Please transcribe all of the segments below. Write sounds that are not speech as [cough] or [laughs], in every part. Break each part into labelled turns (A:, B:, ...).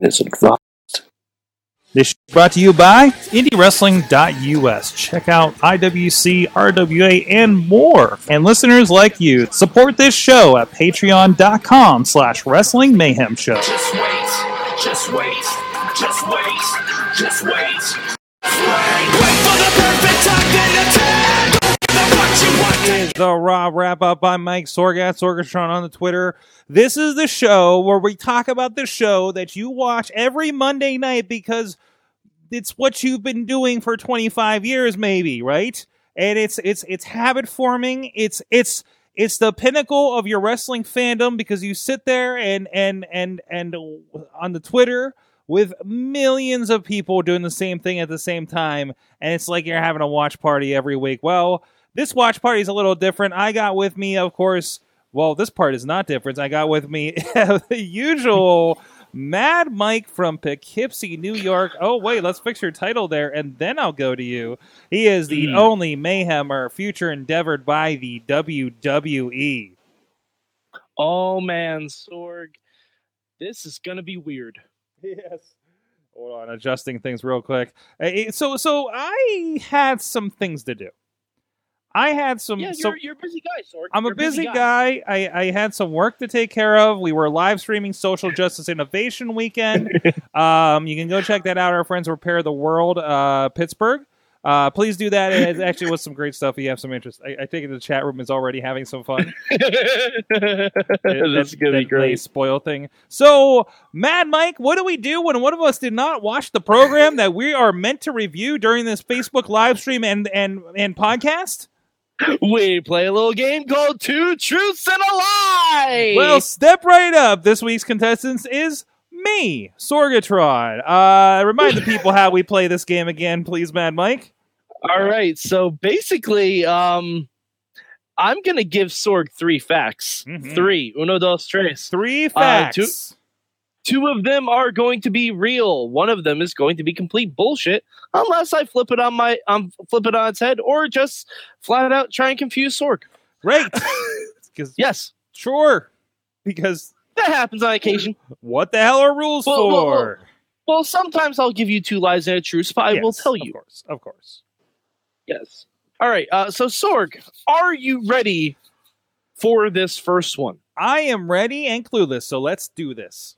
A: is advised.
B: This is brought to you by IndieWrestling.us. Check out IWC, RWA, and more. And listeners like you, support this show at patreon.com slash wrestling mayhem show.
C: Just wait, just wait, just wait, just wait. Wait, wait for the perfect time then attack. Give them what you want, then
B: is the Raw Wrap Up by Mike Sorgat, Sorgatron on the Twitter. This is the show where we talk about the show that you watch every Monday night because it's what you've been doing for 25 years, maybe, right? And it's it's it's habit forming. It's it's it's the pinnacle of your wrestling fandom because you sit there and and and and on the Twitter with millions of people doing the same thing at the same time, and it's like you're having a watch party every week. Well, this watch party is a little different. I got with me, of course. Well, this part is not different. I got with me [laughs] the usual Mad Mike from Poughkeepsie, New York. Oh, wait, let's fix your title there, and then I'll go to you. He is the
D: Mm.
B: only Mayhemmer future endeavored by the E. WWE.
D: Oh man, Sorg, this is gonna be weird.
B: Yes. Hold on, adjusting things real quick. Uh, it- So, so I had some things to do. I had some.
D: yeah,
B: some
D: you're, you're Um, a busy guy, Sorg.
B: I'm a
D: You're
B: busy
D: [laughs]
B: guy. I, I had some work to take care of. We were live streaming Social Justice Innovation
D: [laughs]
B: Weekend. um, you can go check that out. Our friends Repair the World, uh, Pittsburgh. Uh, please do that. It actually was some great stuff. If you have some interest, I, I think the chat room is already having some
D: [laughs]
B: fun. That-
D: That's
B: that-
D: gonna
B: that Lay
D: be great.
B: spoil thing. So, Mad Mike, what do we do when one of us did not watch the program that we are meant to review during this Facebook live stream and and and podcast?
D: We play a little game called Two Truths and a Lie.
B: Well, step right up. This week's contestants is me, Sorgatron. Uh, remind the people how we play this game again, please, Mad Mike.
D: all right. So basically, um, I'm gonna give Sorg three facts.
B: Mhm.
D: Three. Uno, dos, tres.
B: Three
D: Uh, two-
B: facts.
D: Two of them are going to be real. One of them is going to be complete bullshit, unless I flip it on my um, flip it on its head, or just flat out try and confuse Sorg. [laughs]
B: Right. 'Cause-
D: Yes,
B: sure. Because
D: that happens on occasion.
B: what the hell are rules for?
D: Whoa, whoa, whoa. Well, sometimes I'll give you two lies and a truth, but I will
B: Yes,
D: tell
B: Of
D: you.
B: course. Of course.
D: Yes. All right. Uh, so, Sorg, are you ready for this first one?
B: I am ready and clueless, so let's do this.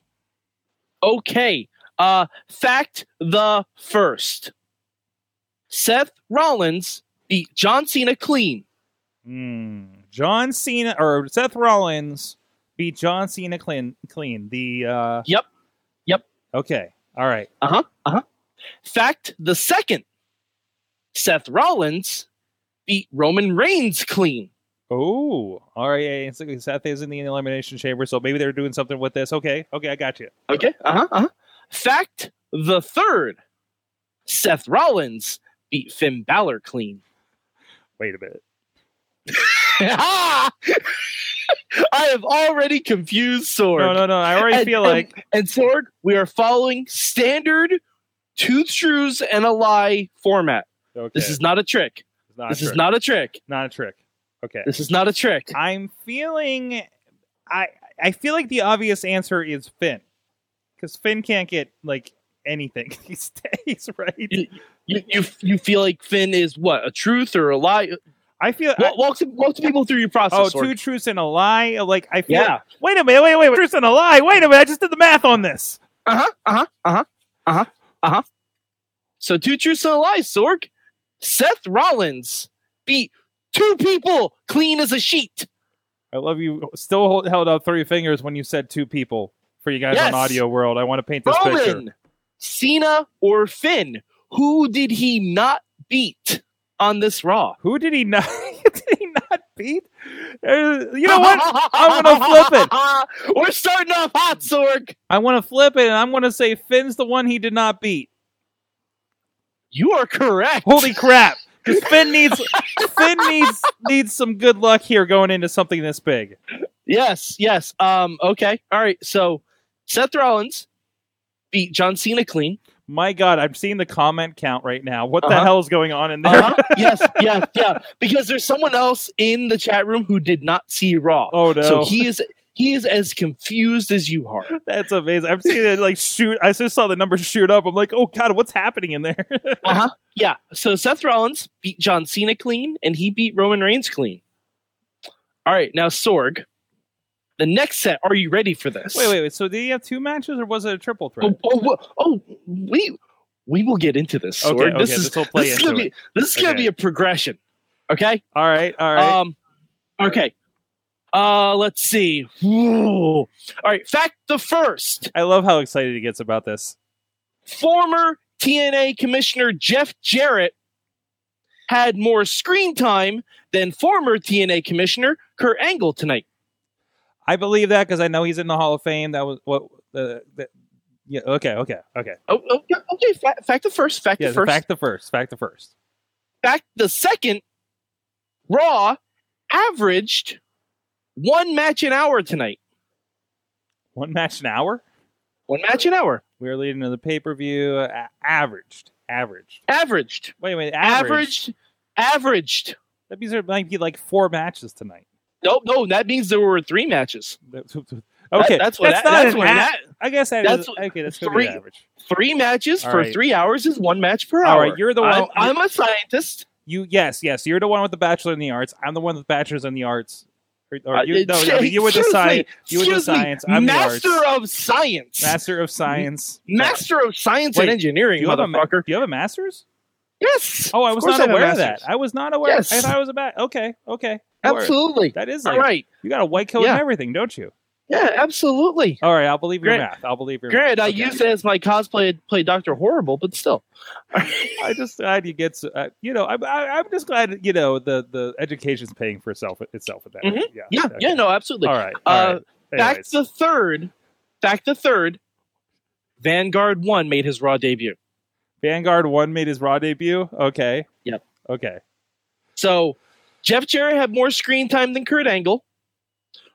D: Okay. Uh, fact the first Seth Rollins beat John Cena clean.
B: Hmm. John Cena or Seth Rollins beat John Cena clean. clean. The uh,
D: Yep. Yep.
B: Okay. All right.
D: Uh huh. Uh huh. Fact the second Seth Rollins beat Roman Reigns clean.
B: Oh, all right. Yeah, yeah, so Seth is in the elimination chamber, so maybe they're doing something with this. Okay, okay, I got you.
D: Okay. Uh huh. Uh huh. Fact the third Seth Rollins beat Finn Balor clean.
B: Wait a minute.
D: [laughs] I have already confused Sword.
B: No, no, no. I already
D: And-
B: feel like
D: And Sword, we are following standard two truths and a lie format.
B: okay,
D: This is not a trick.
B: not
D: this
B: a
D: is
B: trick.
D: not a trick.
B: not a trick. Okay,
D: This is not a trick.
B: I'm feeling. I I feel like the obvious answer is Finn, because Finn can't get like anything [laughs] these days, right?
D: You, you you feel like Finn is what a truth or a lie?
B: I feel. I-
D: Walk, walk, to, walk to people through your process.
B: Oh,
D: Sword.
B: two truths and a lie. Like I feel.
D: Yeah.
B: Wait a minute. Wait, wait. wait. Truths and a lie. Wait a minute. I just did the math on this.
D: Uh huh. Uh huh. Uh huh. Uh huh. Uh huh. So two truths and a lie, Sork. Seth Rollins beat two people clean as a sheet.
B: I love you. Still hold, held up three fingers when you said two people for you guys on
D: Yes.
B: Audio World. I want to paint this picture.
D: Roman, Cena, or Finn? Who did he not beat on this Raw?
B: Who did he not? [laughs] did he not beat? Uh, You know
D: Uh-huh.
B: what? I'm
D: [laughs]
B: gonna flip
D: it. We're starting off hot, Sorg.
B: I want to flip it, and I'm going to say Finn's the one he did not beat.
D: You are correct.
B: Holy crap! Because Finn needs [laughs] Finn needs needs some good luck here going into something this big.
D: Yes, yes. Um, okay. All right. So Seth Rollins beat John Cena clean.
B: My God, I'm seeing the comment count right now. What the
D: Uh-huh.
B: hell is going on in there?
D: Uh-huh. [laughs] yes, yes, yeah. Because there's someone else in the chat room who did not see
B: [laughs]
D: Raw.
B: Oh no!
D: So he is He is as confused as you are.
B: That's amazing. I've seen it like shoot. I just saw the numbers shoot up. I'm like, oh god, what's happening in there?
D: Uh-huh. Yeah. So Seth Rollins beat John Cena clean, and he beat Roman Reigns clean. All right, now Sorg. The next set, are you ready for this?
B: wait, wait, wait. So did he have two matches or was it a triple threat?
D: Oh, oh, wha- oh, we we will get into this. Sorg.
B: Okay, okay,
D: [laughs] this is
B: this will play
D: this is gonna
B: into
D: be this is gonna
B: Okay.
D: be a progression. Okay.
B: All right, all right.
D: Um. Okay. Uh. Let's see. Ooh. All right. Fact the first.
B: I love how excited he gets about this.
D: former TNA commissioner Jeff Jarrett had more screen time than former TNA commissioner Kurt Angle tonight.
B: I believe that because I know he's in the Hall of Fame. That was what the. the yeah. Okay. Okay. Okay.
D: Oh, oh, yeah, okay, fa- fact the first, fact
B: Yeah.
D: the first, fact-,
B: Fact the first. Fact the first.
D: the second. Raw averaged one match an hour tonight.
B: One match an hour.
D: One match an hour
B: We are leading to the pay per view. A- averaged. Averaged.
D: averaged,
B: Wait a minute. Averaged.
D: averaged, averaged.
B: That means there might be like four matches tonight. [laughs]
D: No, no, that means there were three matches.
B: That's- Okay.
D: That- that's what.
B: that's
D: that-
B: not
D: that's
B: an
D: what
B: a-
D: that-
B: I guess that
D: that's
B: is- okay. That's gonna
D: three-
B: be average.
D: three matches
B: All
D: for
B: right.
D: three hours is one match per
B: All
D: hour.
B: right, you're the one-
D: I'm, I'm a scientist.
B: You yes yes. You're the one with the Bachelor in the Arts. I'm the one with Bachelor's in the Arts. Or, or
D: Uh,
B: you, no,
D: [laughs]
B: I mean, you were the
D: excuse
B: science.
D: me,
B: You were the
D: excuse me,
B: science. I'm the arts.
D: master of science.
B: Master of Science.
D: [laughs] Master of science
B: Wait,
D: and engineering,
B: Do you, have a ma-
D: motherfucker.
B: do you have a master's?
D: yes.
B: Oh, I
D: Of
B: was
D: course
B: not
D: have a
B: aware of that.
D: master's.
B: I was not aware.
D: Yes.
B: I thought it was a bat. Okay, okay. Word.
D: Absolutely.
B: That is
D: All
B: like,
D: right.
B: you got a white coat
D: Yeah.
B: and everything, don't you?
D: Yeah, absolutely.
B: All right, I'll believe your
D: Grant-
B: math. I'll believe your
D: Granted, I
B: math. Okay.
D: used it as my cosplay to play Doctor Horrible, but still.
B: I just glad you get. s- Uh, you know, I, I, I'm just glad you know the the education's paying for itself itself with that.
D: Mhm.
B: Yeah,
D: Yeah,
B: okay.
D: yeah, no, absolutely.
B: All right. All
D: Uh,
B: right.
D: Back
B: Anyways.
D: the third. Back the third. Vanguard One made his Raw debut.
B: Vanguard One made his raw debut. Okay.
D: Yep.
B: Okay.
D: So Jeff Jarrett had more screen time than Kurt Angle.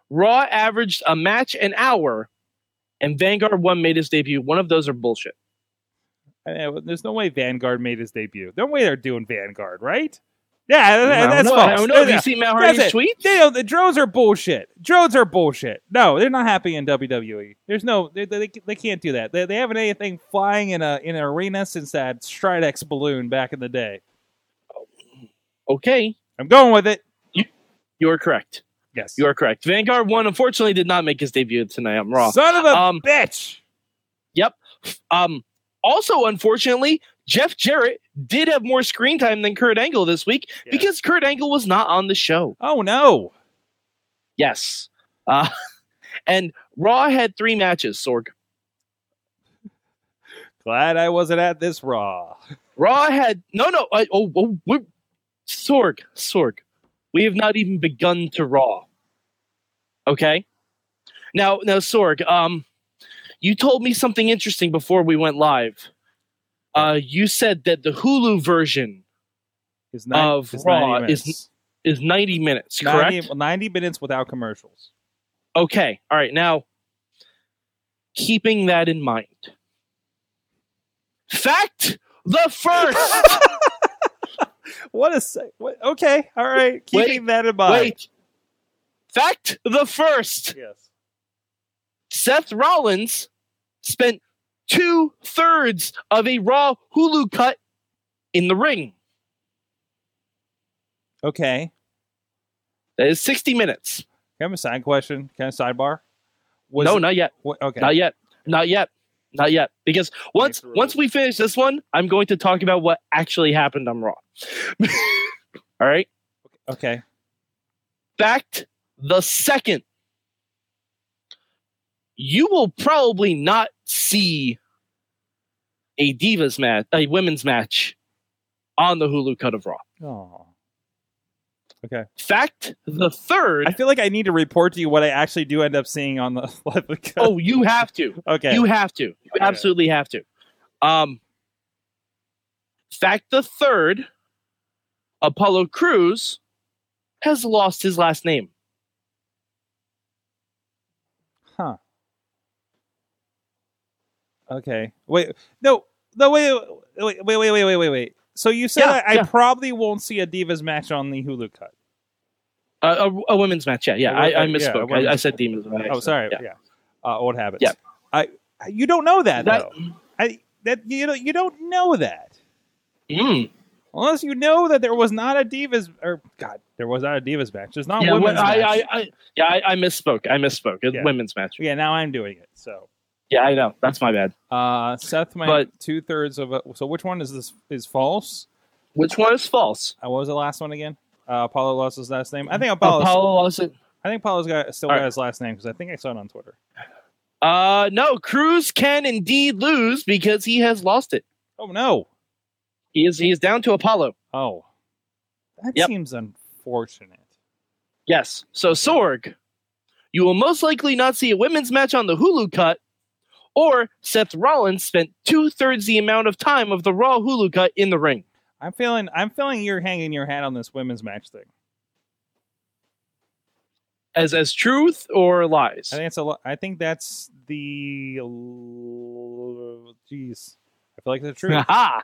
D: Raw averaged a match an hour, and Vanguard One made his debut. One of those are bullshit.
B: I mean, there's no way Vanguard made his debut. No way they're doing Vanguard, right? Yeah, that-
D: I don't
B: that's
D: know.
B: false.
D: I don't know. Have
B: Yeah.
D: you seen Matt
B: That's
D: Hardy's
B: it.
D: tweet?
B: They don't- the drones are bullshit. Drones are bullshit. No, they're not happy in WWE. There's no, they, they, they can't do that. They, they haven't anything flying in a in an arena since that Stridex balloon back in the day.
D: Okay,
B: I'm going with it.
D: you are correct.
B: Yes,
D: You are correct. Vanguard One unfortunately did not make his debut tonight. I'm wrong.
B: son of a
D: Um,
B: bitch.
D: Um, also, unfortunately, Jeff Jarrett did have more screen time than Kurt Angle this week
B: Yeah.
D: because Kurt Angle was not on the show.
B: Oh no.
D: Yes. Uh, [laughs] and Raw had three matches, Sorg.
B: Glad I wasn't at this Raw.
D: Raw had no, no. I, oh, oh we're, Sorg, Sorg. We have not even begun to Raw. Okay. Now, now, Sorg. Um, you told me something interesting before we went live. Uh, you said that the Hulu version
B: It's nine-
D: Of
B: it's
D: Raw
B: 90
D: is-
B: minutes.
D: is ninety minutes, correct?
B: 90, 90 minutes without commercials.
D: Okay. All right. Now, keeping that in mind. Fact the first.
B: What a se- what, okay, all right.
D: Wait,
B: Keeping that in mind.
D: Wait. Fact the first.
B: Yes.
D: Seth Rollins spent two thirds of a Raw Hulu cut in the ring.
B: Okay.
D: That is 60 minutes.
B: Can I have a side question? Can I sidebar? Was
D: No,
B: it-
D: not yet.
B: what- okay.
D: Not yet. Not yet. Not yet. Because once
B: the rules.
D: once we finish this one, I'm going to talk about what actually happened on Raw. [laughs] All right.
B: Okay.
D: Fact the second. You will probably not see a divas match, a women's match on the Hulu cut of Raw.
B: Oh.
D: Fact the third.
B: I feel like I need to report to you what I actually do end up seeing on the [laughs] live account.
D: oh, you have to.
B: okay.
D: You have to. You
B: Yeah.
D: absolutely have to. Um, fact the third. Apollo Cruz has lost his last name.
B: huh. Okay. Wait. No. No. Wait. Wait. Wait. Wait. Wait. Wait. Wait. wait. So you said
D: Yeah,
B: I, I
D: yeah.
B: probably won't see a divas match on the Hulu cut.
D: Uh, a, a women's match. Yeah, yeah.
B: A
D: I, I
B: women- yeah, a
D: misspoke. I, I
B: women's-
D: said demons. by
B: Oh,
D: accident.
B: sorry.
D: Yeah.
B: Yeah. Uh, old habits.
D: Yeah.
B: I you don't know that,
D: That-
B: though. I that you know you don't know that
D: Mm.
B: unless you know that there was not a divas or God there was not a divas match. There's not
D: Yeah,
B: women's
D: well, I,
B: match.
D: I, I, yeah, I, I misspoke. I misspoke. It's
B: Yeah.
D: women's match.
B: yeah, now I'm doing it. So
D: Yeah, I know. That's my bad.
B: uh, Seth went
D: But-
B: two thirds of a, so which one is this is false?
D: Which one is false?
B: Uh, what was the last one again? Uh, Apollo lost his last name. I think Apollo's,
D: Apollo lost it.
B: I think Apollo's got still
D: All
B: got
D: right.
B: his last name because I think I saw it on Twitter.
D: Uh, no, Cruz can indeed lose because he has lost it.
B: Oh no!
D: He is he is down to Apollo.
B: Oh, that
D: Yep.
B: seems unfortunate.
D: Yes. So Sorg, you will most likely not see a women's match on the Hulu cut, or Seth Rollins spent two thirds the amount of time of the Raw Hulu cut in the ring.
B: I'm feeling I'm feeling you're hanging your hat on this women's match thing.
D: As as truth or lies?
B: I
D: [laughs]
B: think it's a lo- I think that's the jeez. I feel like it's
D: [laughs]
B: the truth.
D: Aha!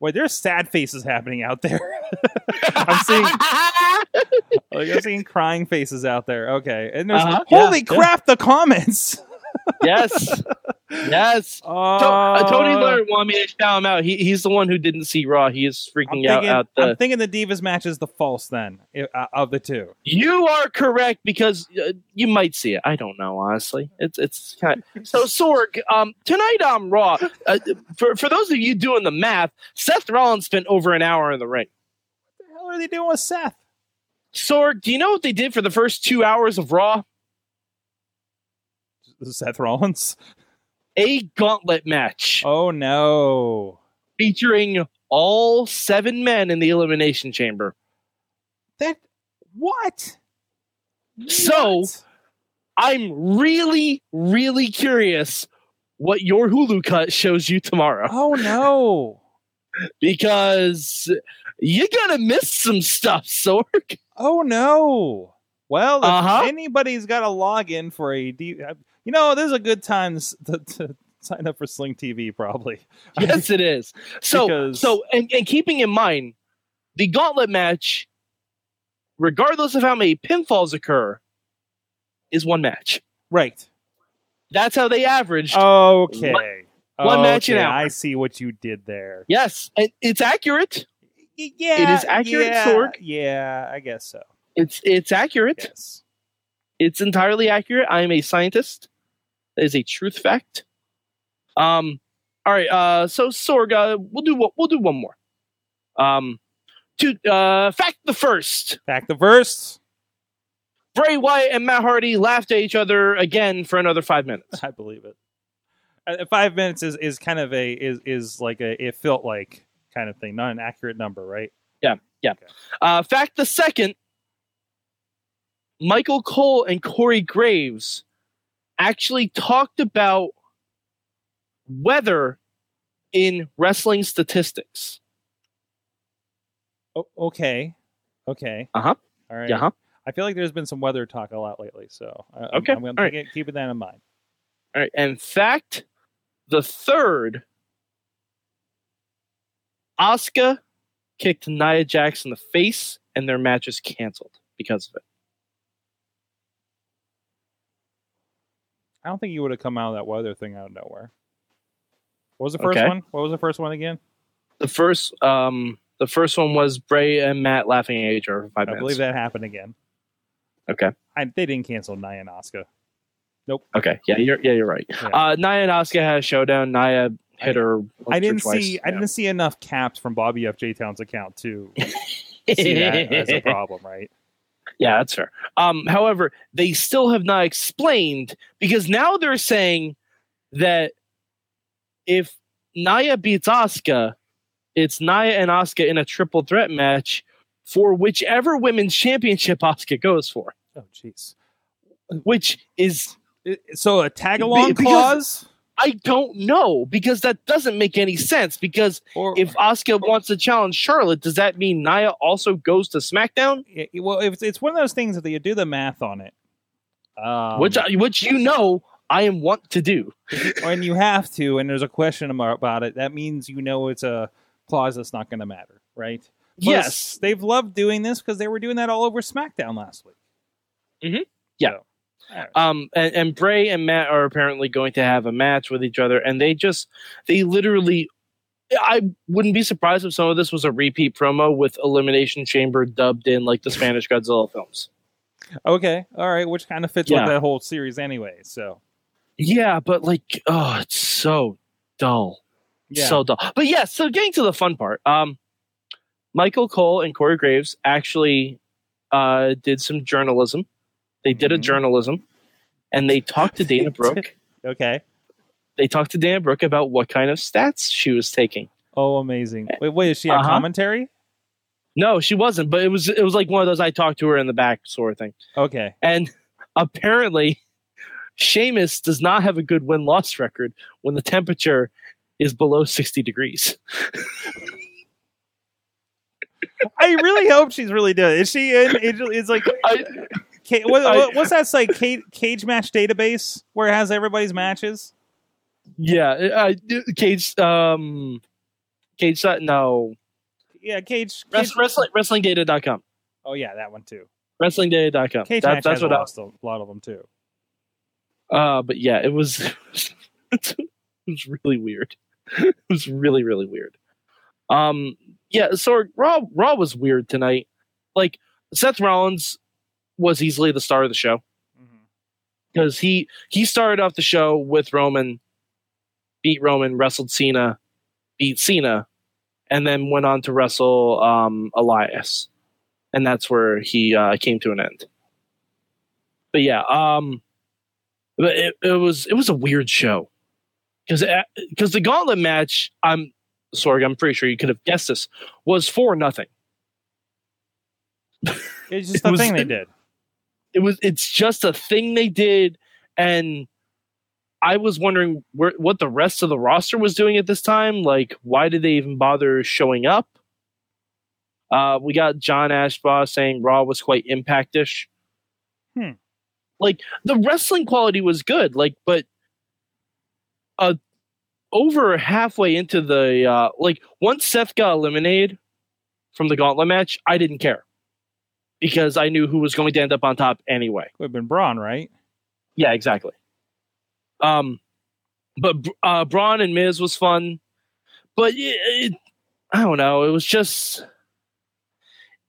B: Wait, there's sad faces happening out there. [laughs] I'm
D: [laughs]
B: seeing like, I'm seeing crying faces out there. Okay. And there's
D: Uh-huh.
B: holy
D: Yeah, yeah.
B: crap the comments. [laughs]
D: yes, yes.
B: Oh,
D: To- uh, Tony Leonard wanted me to shout him out. He, he's the one who didn't see Raw. He is
B: I'm
D: freaking
B: thinking,
D: out. out the,
B: I'm thinking the Divas match is the false then i- uh, of the two.
D: You are correct because uh, you might see it. I don't know, honestly. It's it's kind of, so Sorg. Um, tonight on Raw, uh, for for those of you doing the math, Seth Rollins spent over an hour in the ring.
B: What the hell are they doing with Seth?
D: Sorg, do you know what they did for the first two hours of Raw?
B: Seth Rollins.
D: A gauntlet match
B: Oh no.
D: featuring all seven men in the Elimination Chamber.
B: That what?
D: So-
B: What?
D: I'm really, really curious what your Hulu cut shows you tomorrow. [laughs]
B: Oh no.
D: because you're gonna miss some stuff, Sorg.
B: Oh no. Well, if
D: Uh-huh.
B: anybody's got a login for a D, uh, you know, this is a good time s- to, to sign up for Sling TV, probably.
D: [laughs] Yes, it is. So,
B: Because-
D: so, and, and keeping in mind the gauntlet match, regardless of how many pinfalls occur, is one match.
B: Right.
D: That's how they averaged.
B: Oh. Okay.
D: one match an
B: Okay,
D: hour.
B: I see what you did there.
D: yes, and it's accurate.
B: Y- Yeah,
D: is accurate,
B: yeah,
D: Sorg.
B: Yeah, I guess so.
D: It's it's accurate.
B: Yes.
D: It's entirely accurate. I am a scientist. That is a truth fact. Um, all right. Uh, so Sorg, uh, we'll do what we'll do one more. Um, to uh, fact the first.
B: Back the verse.
D: Bray Wyatt and Matt Hardy laughed at each other again for another five
B: [laughs]
D: minutes.
B: I believe it. Uh, Five minutes is, is kind of a is is like a it felt like kind of thing, not an accurate number, right?
D: Uh, fact the second. Michael Cole and Corey Graves actually talked about weather in wrestling statistics.
B: O- okay. Okay.
D: Uh-huh.
B: All right.
D: Yeah, huh?
B: I feel like there's been some weather talk a lot lately, so I- I'm,
D: Okay,
B: I'm,
D: all
B: gonna
D: right.
B: keep keeping that in mind.
D: All right. And fact the third, Asuka kicked Nia Jax in the face, and their match is canceled because of it.
B: I don't think you would have come out of that weather thing out of nowhere. What was the first
D: Okay.
B: one? What was the first one again?
D: The first, um, the first one was Bray and Matt laughing at each other for five
B: I
D: minutes.
B: believe that happened again.
D: Okay.
B: I, they didn't cancel Nia and Asuka.
D: Okay. Yeah, you're yeah you're right.
B: Yeah.
D: Uh, Nia and Asuka had a showdown. Nia hit her. once
B: I
D: or
B: didn't
D: twice.
B: see. I
D: Yeah.
B: didn't see enough caps from Bobby F. J. Town's account to see that as
D: [laughs]
B: a problem, right?
D: Yeah, that's fair. Um, however, they still have not explained because now they're saying that if Naya beats Asuka, it's Naya and Asuka in a triple threat match for whichever women's championship Asuka goes for,
B: Oh, jeez.
D: which is
B: I- So a tag along
D: Because-
B: clause,
D: I don't know because that doesn't make any sense. Because
B: or
D: if Asuka wants to challenge Charlotte, does that mean Naya also goes to SmackDown?
B: i- well, if it's, it's one of those things that you do the math on it, um,
D: which I, which you know I am want to do.
B: when you have to and there's a question amar- about it that means you know it's a clause that's not going to matter right Plus,
D: yes.
B: they've loved doing this because they were doing that all over SmackDown last week.
D: Mm-hmm. Um, and, and Bray and Matt are apparently going to have a match with each other, and they just they literally. I wouldn't be surprised if some of this was a repeat promo with Elimination Chamber dubbed in like the Spanish Godzilla films.
B: Okay, all right, which kind of fits
D: Yeah.
B: with that whole series anyway. So
D: Yeah, but like, oh, it's so dull.
B: yeah,
D: so dull. But yeah, so getting to the fun part, um, Michael Cole and Corey Graves actually uh, did some journalism. They did a
B: Mhm.
D: journalism, and they talked to Dana Brooke.
B: okay.
D: They talked to Dana Brooke about what kind of stats she was taking.
B: Oh, amazing. Wait, wait, is she on
D: Uh-huh.
B: commentary?
D: No, she wasn't, but it was it was like one of those I talked to her in the back sort of thing.
B: Okay.
D: And [laughs] apparently, Seamus does not have a good win loss record when the temperature is below sixty degrees.
B: I really hope she's really doing. It. Is she in? It's like
D: I,
B: Ca- what,
D: I-
B: what- what's that like? Cage, cage match database where it has everybody's matches.
D: Yeah, uh, Cage. Um, Cage. Sut- No,
B: Yeah, cage. cage
D: Wrest- wrestling WrestlingData.com.
B: oh yeah, that one too.
D: WrestlingData.com.
B: Cage
D: That,
B: match
D: that's
B: has
D: what
B: a
D: I
B: lot,
D: was.
B: of- lot of them too.
D: Uh, but yeah, it was. [laughs] it was really weird. It was really really weird. Um, yeah. So Raw Raw was weird tonight. Like Seth Rollins was easily the star of the show. Mm-hmm. because he he started off the show with Roman, beat Roman, wrestled Cena, beat Cena, and then went on to wrestle um, Elias, and that's where he uh, came to an end. But yeah, um, but it, it was it was a weird show because because the Gauntlet match, I'm sorry, I'm pretty sure you could have guessed this was for nothing.
B: It's just
D: It
B: the
D: was-
B: thing they did.
D: it was it's just a thing they did and i was wondering where, what the rest of the roster was doing at this time like why did they even bother showing up uh, we got john ashbaugh saying raw was quite impactish
B: Hmm.
D: like the wrestling quality was good like but uh over halfway into the uh like once seth got eliminated from the gauntlet match i didn't care because i knew who was going to end up on top anyway
B: Would have been Braun, right?
D: yeah, exactly. Um, but uh, Braun and Miz was fun, but it, it, I don't know. It was just,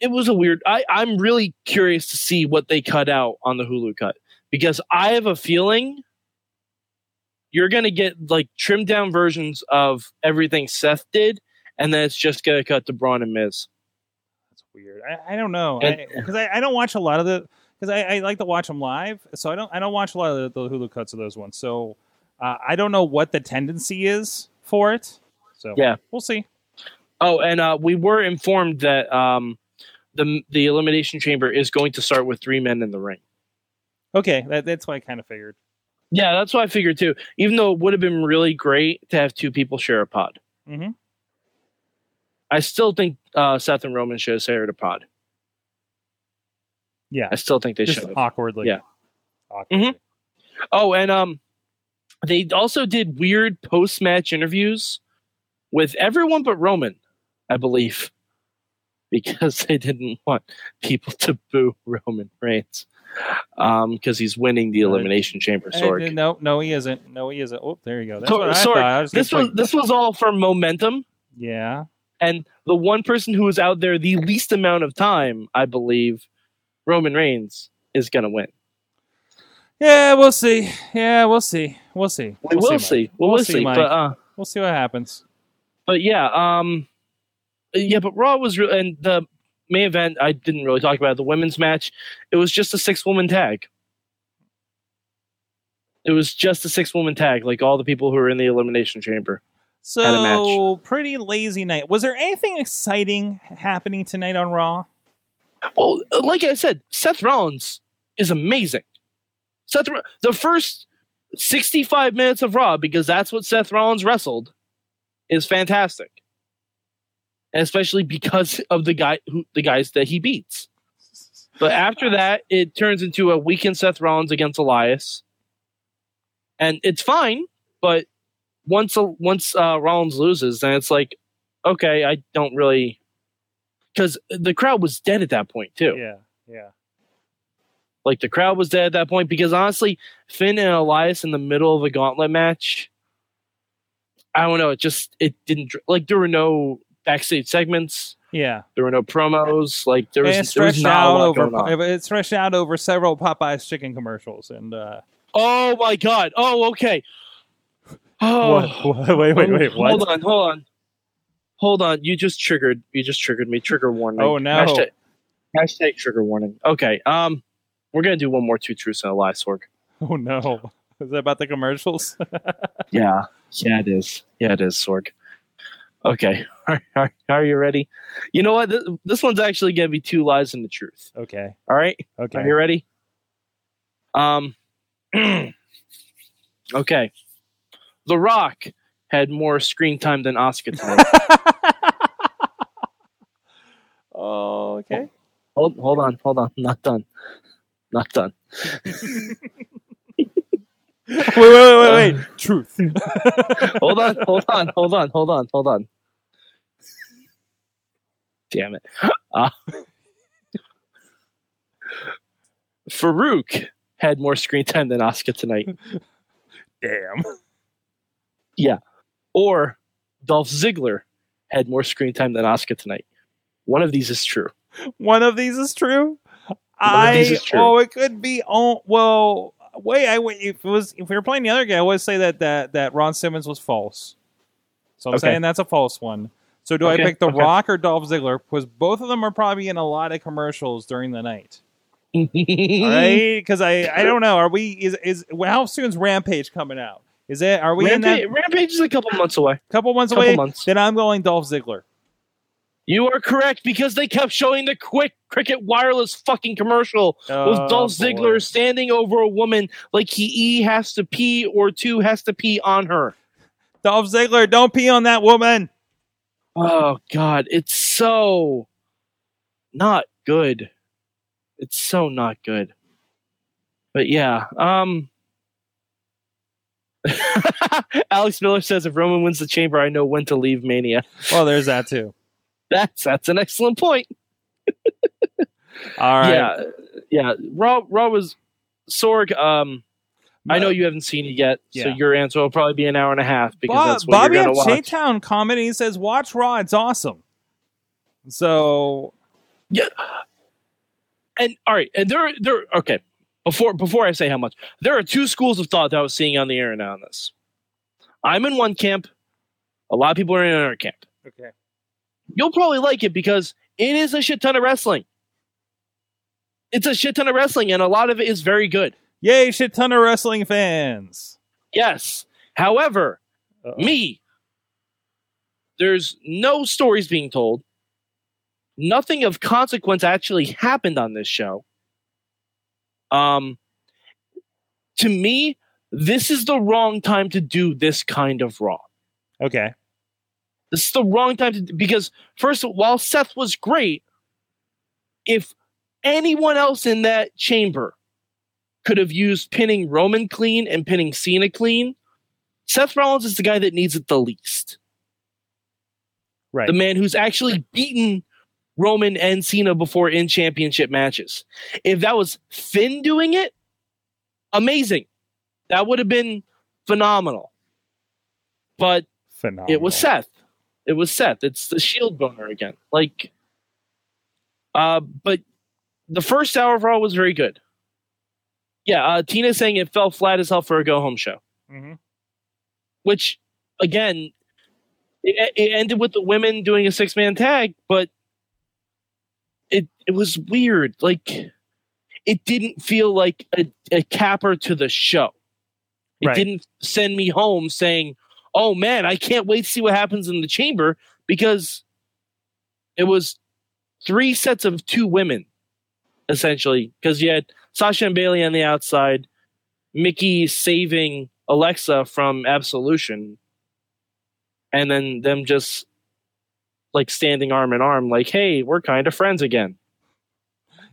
D: it was a weird. I I'm really curious to see what they cut out on the Hulu cut because I have a feeling you're gonna get like trimmed down versions of everything Seth did, and then it's just gonna cut to Braun and Miz.
B: That's weird. I, I don't know
D: And-
B: because I, I, don't watch a lot of the because I, I like to watch them live, so I don't I don't watch a lot of the, the Hulu cuts of those ones. So uh, I don't know what the tendency is for it. So
D: Yeah.
B: we'll see.
D: Oh, and uh, we were informed that um, the the elimination chamber is going to start with three men in the ring.
B: Okay, that, that's what I kind of figured.
D: Yeah, that's what I figured too. Even though it would have been really great to have two people share a pod,
B: Mhm.
D: I still think uh, Seth and Roman should have shared a pod.
B: Yeah,
D: I still think they
B: just
D: should. have.
B: awkwardly.
D: Yeah.
B: Awkwardly.
D: Oh, and um, they also did weird post match interviews with everyone but Roman, I believe, [laughs] because they didn't want people to boo Roman Reigns because he's winning the
B: Uh,
D: Elimination Chamber.
B: Eh,
D: Sorg.
B: no, no, he isn't. No, he isn't. Oh, there you go. That's
D: So-
B: what I
D: sorry,
B: thought. I was
D: This
B: just
D: was
B: like,
D: this was all for momentum.
B: yeah.
D: And the one person who is out there the least amount of time, I believe, Roman Reigns is going to win.
B: Yeah, we'll see. Yeah, we'll see. We'll see.
D: We will see.
B: Mike.
D: We'll, see.
B: Mike.
D: But, uh,
B: we'll see what happens.
D: but yeah, um, yeah, but Raw was real. And the main event, I didn't really talk about it, the women's match. It was just a six woman tag. It was just a six woman tag, like all the people who were in the elimination chamber. Had a match.
B: So pretty lazy night. Was there anything exciting happening tonight on Raw?
D: Well, like I said, Seth Rollins is amazing. Seth, Ro- the first sixty-five minutes of Raw, because that's what Seth Rollins wrestled, is fantastic, and especially because of the guy who the guys that he beats. But after that, it turns into a weakened Seth Rollins against Elias, and it's fine. But uh, once once uh, Rollins loses, then it's like, okay, I don't really because the crowd was dead at that point too.
B: Yeah, yeah.
D: Like the crowd was dead at that point because honestly, Finn and Elias in the middle of a gauntlet match. I don't know. It just it didn't dr- like there were no backstage segments.
B: Yeah,
D: There were no promos. Like there
B: And
D: was,
B: it
D: there was
B: stretched
D: not a
B: out
D: lot
B: over
D: going on.
B: it stretched out over several Popeyes chicken commercials, and uh,
D: Oh my god. Oh okay. [sighs] Oh
B: What? What? wait, wait, wait, what?
D: Hold on, hold on, hold on. You just triggered. You just triggered me. Trigger warning.
B: Oh, no.
D: Hashtag, hashtag trigger warning. Okay. Um, we're gonna do one more two truths and a lie, Sorg.
B: Oh no, [laughs] is that about the commercials? [laughs]
D: Yeah. Yeah, it is. Yeah, it is, Sorg. Okay. [laughs] Are, are, are you ready? You know what? This, this one's actually gonna be two lies and the truth.
B: okay,
D: All right.
B: okay.
D: Are you ready? Um. [clears throat] okay. The Rock had more screen time than Oscar tonight.
B: oh, okay.
D: hold, hold on, hold on. Not done. Not done.
B: Wait, wait, wait, wait,
D: [laughs]
B: wait. Truth.
D: Hold on, hold on, hold on, hold on, hold on. Damn it. Uh, Farouk had more screen time than Oscar tonight.
B: Damn.
D: Or Dolph Ziggler had more screen time than Oscar tonight. One of these is true.
B: One of these is true.
D: One of
B: I
D: these is true.
B: oh, it could be oh well. Wait, I would if it was if we were playing the other game, I would say that that that Ron Simmons was false. So I'm
D: Okay.
B: saying that's a false one. So do
D: Okay,
B: I pick The
D: okay.
B: Rock or Dolph Ziggler? Because both of them are probably in a lot of commercials during the
D: [laughs]
B: night. All right, because I I don't know. Are we is is how soon's Rampage coming out? Is it are we
D: Rampage,
B: in
D: Rampage is a couple months away.
B: that couple months
D: Couple
B: away?
D: months.
B: Then I'm going Dolph Ziggler.
D: You are correct because they kept showing the quick cricket wireless fucking commercial with
B: Oh,
D: Dolph
B: boy.
D: Ziggler standing over a woman like he e has to pee or two has to pee on her.
B: Dolph Ziggler, don't pee on that woman.
D: Oh God, it's so not good. It's so not good. But yeah, um. [laughs] Alex Miller says if Roman wins the chamber, I know when to leave Mania. [laughs]
B: Well, there's that too.
D: That's that's an excellent point.
B: All right.
D: Yeah, yeah. Raw, Raw was Sorg. Um, I know you haven't seen it yet, so
B: Yeah.
D: your answer will probably be an hour and a half because
B: Bob,
D: that's what
B: Bobby
D: you're
B: at
D: gonna watch.
B: Shaytown commented. He says, "Watch Raw. It's awesome." So
D: and all right, and there, there. Okay, before before I say how much, there are two schools of thought that I was seeing on the air now on this. I'm in one camp. A lot of people are in another camp.
B: okay,
D: You'll probably like it because it is a shit ton of wrestling. It's a shit ton of wrestling, and a lot of it is very good.
B: yay, shit ton of wrestling fans.
D: Yes. However,
B: Uh-oh.
D: me, there's no stories being told. Nothing of consequence actually happened on this show. Um, to me, this is the wrong time to do this kind of Raw.
B: Okay,
D: This is the wrong time to because first, while Seth was great, if anyone else in that chamber could have used pinning Roman clean and pinning Cena clean, Seth Rollins is the guy that needs it the least.
B: right.
D: The man who's actually beaten Roman and Cena before in championship matches. If that was Finn doing it, amazing. That would have been phenomenal. But
B: Phenomenal.
D: it was Seth. It was Seth. It's the Shield boner again. Like, uh, but the first hour of Raw was very good. Yeah, uh, Tina saying it fell flat as hell for a go home show,
B: hmm
D: which again, it, it ended with the women doing a six man tag, but it it was weird. Like, it didn't feel like a, a capper to the show. It
B: Right.
D: didn't send me home saying, "Oh man, I can't wait to see what happens in the chamber," because it was three sets of two women, essentially. Because you had Sasha and Bailey on the outside, Mickey saving Alexa from Absolution, and then them just like standing arm in arm, like, "Hey, we're kind of friends again."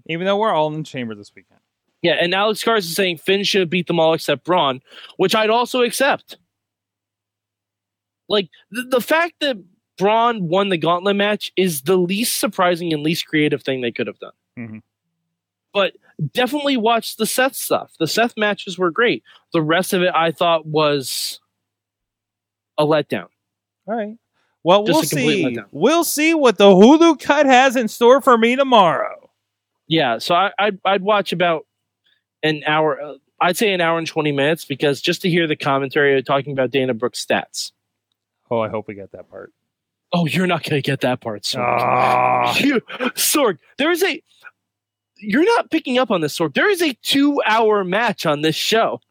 B: Even though we're all in the chamber this weekend.
D: Yeah, and Alex Cars is saying Finn should have beat them all except Braun, which I'd also accept. Like the, the fact that Braun won the gauntlet match is the least surprising and least creative thing they could have done.
B: Mhm.
D: But definitely watch the Seth stuff. The Seth matches were great. The rest of it, I thought, was a letdown.
B: All right. Well,
D: Just
B: we'll
D: a complete
B: see.
D: letdown.
B: We'll see what the Hulu cut has in store for me tomorrow.
D: Yeah, so I, I'd, I'd watch about an hour. uh, I'd say an hour and twenty minutes because just to hear the commentary talking about Dana Brooks' stats.
B: Oh, I hope we got that part.
D: Oh, you're not going to get that part, Sorg.
B: Ah.
D: You, Sorg, there is a. You're not picking up on this, Sorg. There is a two-hour match on this show.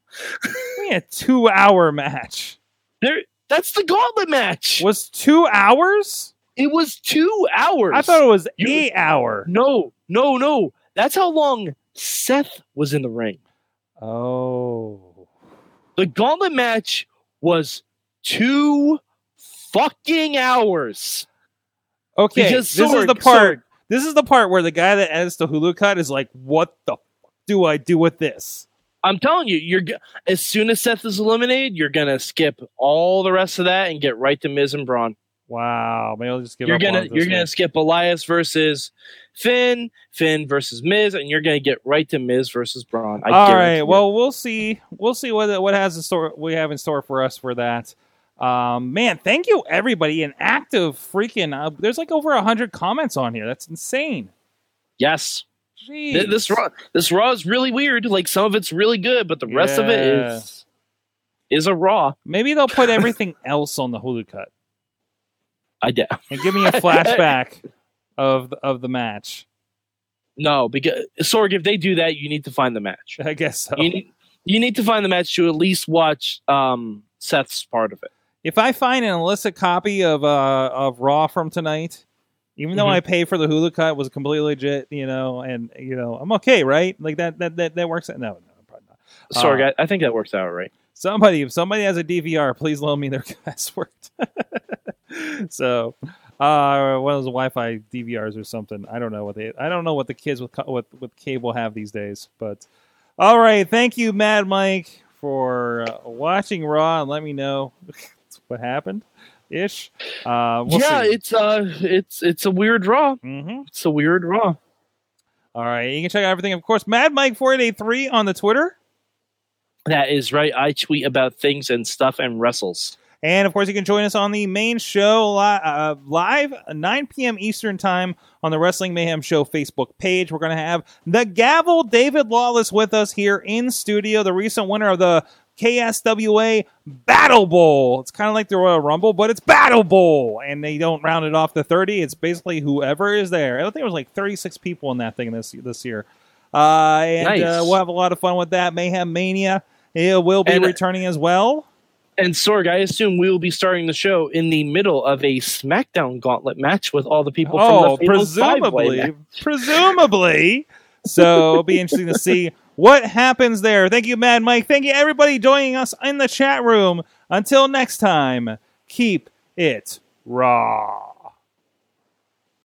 B: Yeah, two hour match.
D: There, that's the gauntlet match.
B: Was two hours?
D: It was two hours.
B: I thought it was
D: You-
B: eight hour.
D: No, no, no. That's how long Seth was in the ring.
B: Oh.
D: The gauntlet match was two fucking hours.
B: Okay.
D: Because
B: this is
D: Sorg-
B: the part. This is the part where the guy that edits the Hulu cut is like, "What the fuck do I do with this?"
D: I'm telling you, you're g- as soon as Seth is eliminated, you're gonna skip all the rest of that and get right to Miz and Braun.
B: Wow. Maybe I'll just give
D: you're
B: up. on
D: gonna
B: it this
D: you're gonna
B: week.
D: skip Elias versus Finn, Finn versus Miz, and you're gonna get right to Miz versus Braun. I
B: All
D: guarantee
B: right.
D: it.
B: Well, we'll see. We'll see what what has in store we have in store for us for that. Um, man, thank you everybody. An active freaking. Uh, there's like over hundred comments on here. That's insane.
D: yes,
B: Jeez.
D: Th- this raw this raw is really weird. Like some of it's really good, but the rest of it
B: Yeah.
D: is is a raw.
B: Maybe they'll put everything [laughs] else on the Hulu cut
D: I doubt.
B: and give
D: [laughs]
B: me a flashback of the- of the match. [laughs]
D: No, because Sorg, if they do that, you need to find
B: [laughs]
D: the match.
B: I guess so.
D: You need, you need to find the match to at least watch um, Seth's part of it.
B: if I find an illicit copy of uh of Raw from tonight, even though
D: Mhm.
B: I pay for the Hulu cut, it was completely legit, you know, and you know I'm okay, right? Like that that that, that works. No, no, probably not.
D: Sorg,
B: Uh,
D: I, I think that works out right.
B: Somebody, if somebody has a DVR, please loan me their [laughs] password. so, uh, one of those Wi-Fi DVRs or something. I don't know what they. I don't know what the kids with co- with, with cable have these days. But all right, thank you, Mad Mike, for uh, watching Raw and let me know [laughs] what happened, ish. Uh, we'll
D: yeah,
B: see.
D: it's uh, it's it's a weird raw.
B: Mhm.
D: It's a weird raw.
B: All right, you can check out everything, of course. Mad Mike four eight eight three on the Twitter.
D: That is right. I tweet about things and stuff and wrestles.
B: And of course, you can join us on the main show li- uh, live 9 p.m. Eastern Time on the Wrestling Mayhem Show Facebook page. We're going to have the gavel David Lawless with us here in studio, the recent winner of the KSWA Battle Bowl. It's kind of like the Royal Rumble, but it's Battle Bowl. And they don't round it off to 30. It's basically whoever is there. I think it was like 36 people in that thing this this year. Uh, and
D: Nice.
B: uh, we'll have a lot of fun with that. Mayhem Mania it will be
D: And-
B: returning as well.
D: And Sorg, I assume we will be starting the show in the middle of a SmackDown gauntlet match with all the people
B: Oh,
D: from the Fatal Five-Way match.
B: presumably, presumably. So it'll be interesting to see what happens there. Thank you, Mad Mike. Thank you, everybody, joining us in the chat room. Until next time, keep it raw.